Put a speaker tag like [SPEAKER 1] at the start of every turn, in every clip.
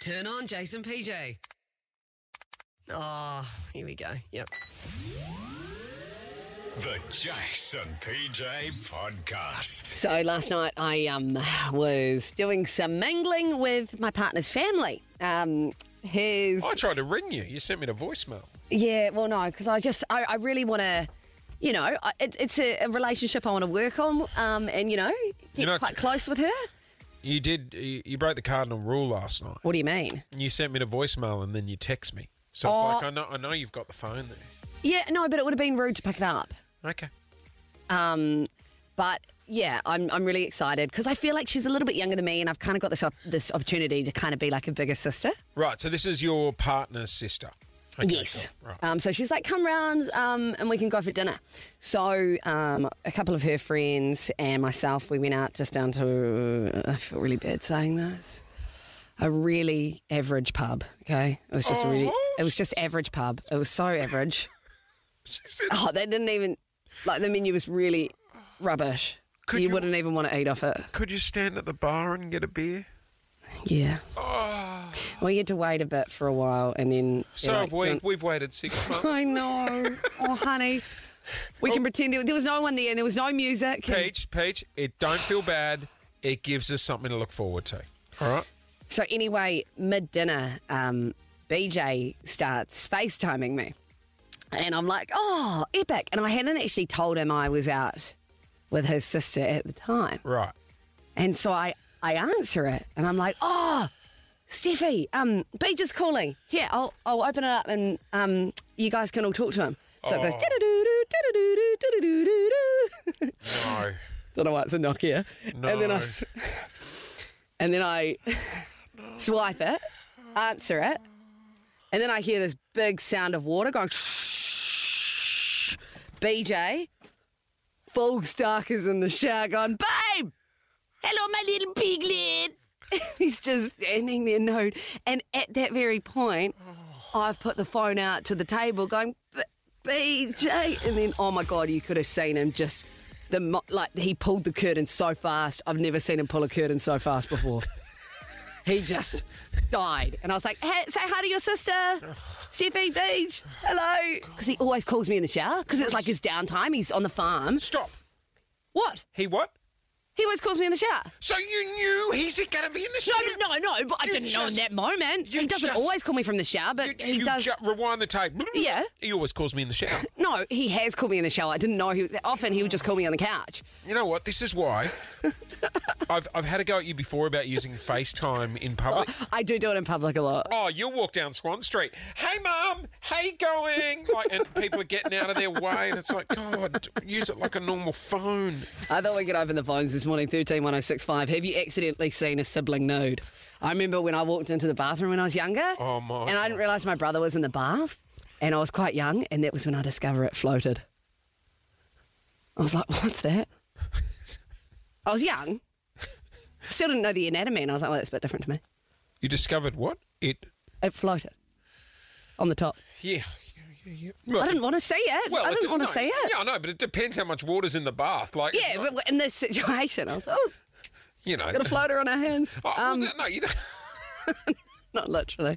[SPEAKER 1] Turn on Jason PJ. Oh, here we go. Yep.
[SPEAKER 2] The Jason PJ Podcast.
[SPEAKER 1] So last night I um, was doing some mingling with my partner's family. Um, his
[SPEAKER 3] I tried to ring you. You sent me the voicemail.
[SPEAKER 1] Yeah, well, no, because I just I, I really want to, you know, I, it, it's a, a relationship I want to work on, um, and you know, get
[SPEAKER 3] You're not-
[SPEAKER 1] quite close with her.
[SPEAKER 3] You did. You, you broke the cardinal rule last night.
[SPEAKER 1] What do you mean?
[SPEAKER 3] You sent me the voicemail and then you text me. So it's
[SPEAKER 1] Oh.
[SPEAKER 3] like I know. I know you've got the phone there.
[SPEAKER 1] Yeah, no, but it would have been rude to pick it up.
[SPEAKER 3] Okay.
[SPEAKER 1] Um, but yeah, I'm I'm really excited because I feel like she's a little bit younger than me, and I've kind of got this op- this opportunity to kind of be like a bigger sister.
[SPEAKER 3] Right. So this is your partner's sister. Okay,
[SPEAKER 1] yes.
[SPEAKER 3] cool. Right.
[SPEAKER 1] Um, so she's like, come round um, and we can go for dinner. So um, a couple of her friends and myself, we went out just down to, I feel really bad saying this, a really average pub. Okay. It was just a really,
[SPEAKER 3] Oh.
[SPEAKER 1] it was just average pub. It was so average.
[SPEAKER 3] she said,
[SPEAKER 1] Oh, they didn't even, like the menu was really rubbish.
[SPEAKER 3] Could
[SPEAKER 1] you
[SPEAKER 3] you-
[SPEAKER 1] wouldn't even want to eat off it.
[SPEAKER 3] "Could you stand at the bar and get a beer?"
[SPEAKER 1] Yeah. Well, you had to wait a bit for a while and then.
[SPEAKER 3] Ah. So
[SPEAKER 1] you're
[SPEAKER 3] have
[SPEAKER 1] like,
[SPEAKER 3] we,
[SPEAKER 1] "Do you want-
[SPEAKER 3] we've waited six months.
[SPEAKER 1] I know. Oh, honey. We
[SPEAKER 3] Oh.
[SPEAKER 1] can pretend there, there was no one there and there was no music.
[SPEAKER 3] Peach, Peach, it don't feel bad. It gives us something to look forward to. All right.
[SPEAKER 1] So, anyway, mid dinner, um, BJ starts FaceTiming me. And I'm like, oh, epic. And I hadn't actually told him I was out with his sister at the time.
[SPEAKER 3] Right.
[SPEAKER 1] And so I, I answer it and I'm like, oh, Steffi, um, BJ's calling. Here, I'll, I'll open it up and um, you guys can all talk to him. So it goes,
[SPEAKER 3] Oh.
[SPEAKER 1] "Da-da-doo-doo, da-da-doo-doo, da-da-doo-doo-doo."
[SPEAKER 3] No.
[SPEAKER 1] Don't know why it's a Nokia.
[SPEAKER 3] No.
[SPEAKER 1] And then I, s- and then I swipe it, answer it, and then I hear this big sound of water going. BJ, full starkers in the shower, going, babe, hello, my little piglet. He's just standing there, nude. And at that very point, I've put the phone out to the table going, "B- BJ. And then, oh my God, you could have seen him just, the mo- like, he pulled the curtain so fast. I've never seen him pull a curtain so fast before. he just died. And I was like, hey, say hi to your sister, Steffi Beach. Hello. Because he always calls me in the shower because it's like his downtime. He's on the farm.
[SPEAKER 3] Stop.
[SPEAKER 1] What?
[SPEAKER 3] He what?
[SPEAKER 1] He always calls me in the shower.
[SPEAKER 3] So you knew he's going to be in the show.
[SPEAKER 1] No, no, no, but I
[SPEAKER 3] You
[SPEAKER 1] didn't know in
[SPEAKER 3] just-
[SPEAKER 1] that moment.
[SPEAKER 3] you
[SPEAKER 1] He doesn't
[SPEAKER 3] just-
[SPEAKER 1] always call me from the shower, but
[SPEAKER 3] You,
[SPEAKER 1] he
[SPEAKER 3] you
[SPEAKER 1] does.
[SPEAKER 3] ju- rewind the tape.
[SPEAKER 1] Yeah.
[SPEAKER 3] He always calls me in the shower.
[SPEAKER 1] No, he has called me in the shower. I didn't know he was. Often he would just call me on the couch.
[SPEAKER 3] You know what? This is why I've, I've had a go at you before about using FaceTime in public.
[SPEAKER 1] I do do it in public a lot.
[SPEAKER 3] Oh, you'll walk down Swan Street. Hey, mum. Hey, going. Like, and people are getting out of their way, and it's like, God, use it like a normal phone.
[SPEAKER 1] I thought we could open the phones this morning. Thirteen one zero six five. Have you accidentally seen a sibling nude? I remember when I walked into the bathroom when I was younger.
[SPEAKER 3] Oh, my
[SPEAKER 1] And I didn't realise my brother was in the bath, and I was quite young, and that was when I discovered it floated. I was like, "What's that?" I was young. Still didn't know the anatomy, and I was like, "Well, that's a bit different to me."
[SPEAKER 3] You discovered what? It.
[SPEAKER 1] It floated on the top.
[SPEAKER 3] Yeah. yeah, yeah, yeah. Well,
[SPEAKER 1] I didn't want to see it. I
[SPEAKER 3] it
[SPEAKER 1] didn't
[SPEAKER 3] de-
[SPEAKER 1] want to
[SPEAKER 3] no,
[SPEAKER 1] see it.
[SPEAKER 3] Yeah, I know, but it depends how much water's in the bath. Like, it's
[SPEAKER 1] Yeah,
[SPEAKER 3] not-
[SPEAKER 1] but but in this situation, I was like, oh,
[SPEAKER 3] you know.
[SPEAKER 1] got a floater on our hands.
[SPEAKER 3] Oh, well,
[SPEAKER 1] Um,
[SPEAKER 3] no, you don't.
[SPEAKER 1] not literally.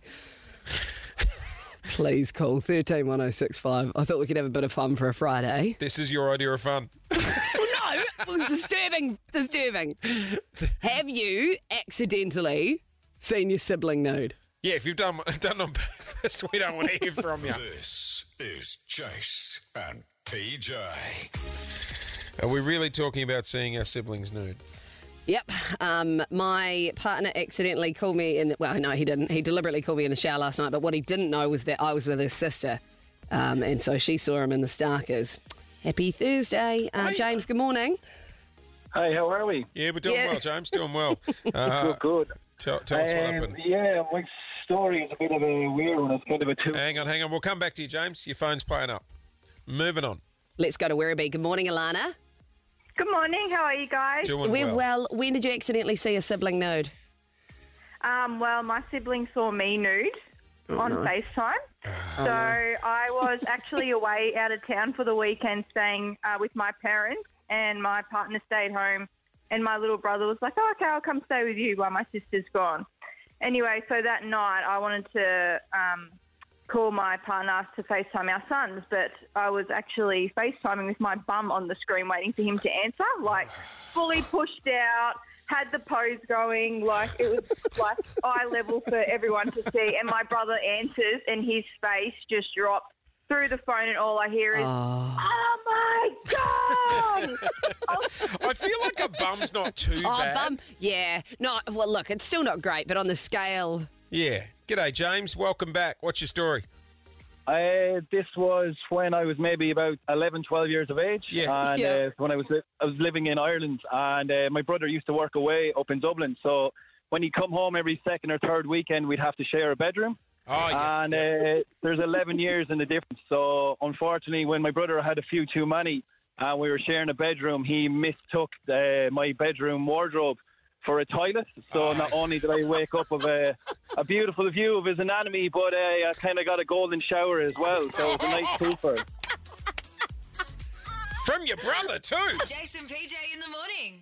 [SPEAKER 1] Please call 131065. I thought we could have a bit of fun for a Friday.
[SPEAKER 3] This is your idea of fun.
[SPEAKER 1] no, it was disturbing. Disturbing. Have you accidentally seen your sibling nude?
[SPEAKER 3] Yeah, if you've done done on purpose, we don't want to hear from you.
[SPEAKER 2] This is Jace and PJ.
[SPEAKER 3] Are we really talking about seeing our siblings nude?
[SPEAKER 1] Yep. Um, my partner accidentally called me in. The, well, no, he didn't. He deliberately called me in the shower last night. But what he didn't know was that I was with his sister, um, and so she saw him in the Starkers. Happy Thursday, uh, James. Good morning.
[SPEAKER 4] Hey, how are we?
[SPEAKER 3] Yeah, we're doing
[SPEAKER 1] Yeah.
[SPEAKER 3] well, James. Doing well. Uh,
[SPEAKER 4] Good.
[SPEAKER 3] tell tell us what
[SPEAKER 4] Um,
[SPEAKER 3] happened.
[SPEAKER 4] yeah, my story is a bit of a weird one. It's kind of a two.
[SPEAKER 3] Hang on, hang on. We'll come back to you, James. Your phone's playing up. Moving on.
[SPEAKER 1] Let's go to Werribee. Good morning, Alana.
[SPEAKER 5] Good morning. How are you guys?
[SPEAKER 3] Doing
[SPEAKER 1] We're
[SPEAKER 3] well.
[SPEAKER 1] well. When did you accidentally see a sibling nude?
[SPEAKER 5] Um, well, my sibling saw me nude on FaceTime. So I was actually away out of town for the weekend staying uh, with my parents, and my partner stayed home. And my little brother was like, oh, okay, I'll come stay with you while my sister's gone. Anyway, so that night I wanted to um, call my partner to FaceTime our sons, but I was actually FaceTiming with my bum on the screen waiting for him to answer, like fully pushed out, had the pose going, like it was like eye level for everyone to see. And my brother answers, and his face just dropped through the phone, and all I hear is, oh my God!
[SPEAKER 3] I feel like a bum's not too
[SPEAKER 1] Oh,
[SPEAKER 3] bad.
[SPEAKER 1] bum. Yeah. No, well, look, it's still not great, but on the scale,
[SPEAKER 3] Yeah. G'day, James. Welcome back. What's your story?
[SPEAKER 4] Uh, this was when I was maybe about 11, 12 years of age.
[SPEAKER 3] Yeah.
[SPEAKER 4] And
[SPEAKER 1] Yeah.
[SPEAKER 4] Uh, when I was li- I was living in Ireland, and uh, my brother used to work away up in Dublin. So when he'd come home every second or third weekend, we'd have to share a bedroom.
[SPEAKER 3] Oh, yeah.
[SPEAKER 4] and uh, there's 11 years in the difference. So unfortunately, when my brother had a few too many, and we were sharing a bedroom, he mistook uh, my bedroom wardrobe for a toilet. So not only did I wake up with a, a beautiful view of his anatomy, but uh, I kind of got a golden shower as well. So it was a nice pooper.
[SPEAKER 3] From your brother, too.
[SPEAKER 6] Jason PJ in the morning.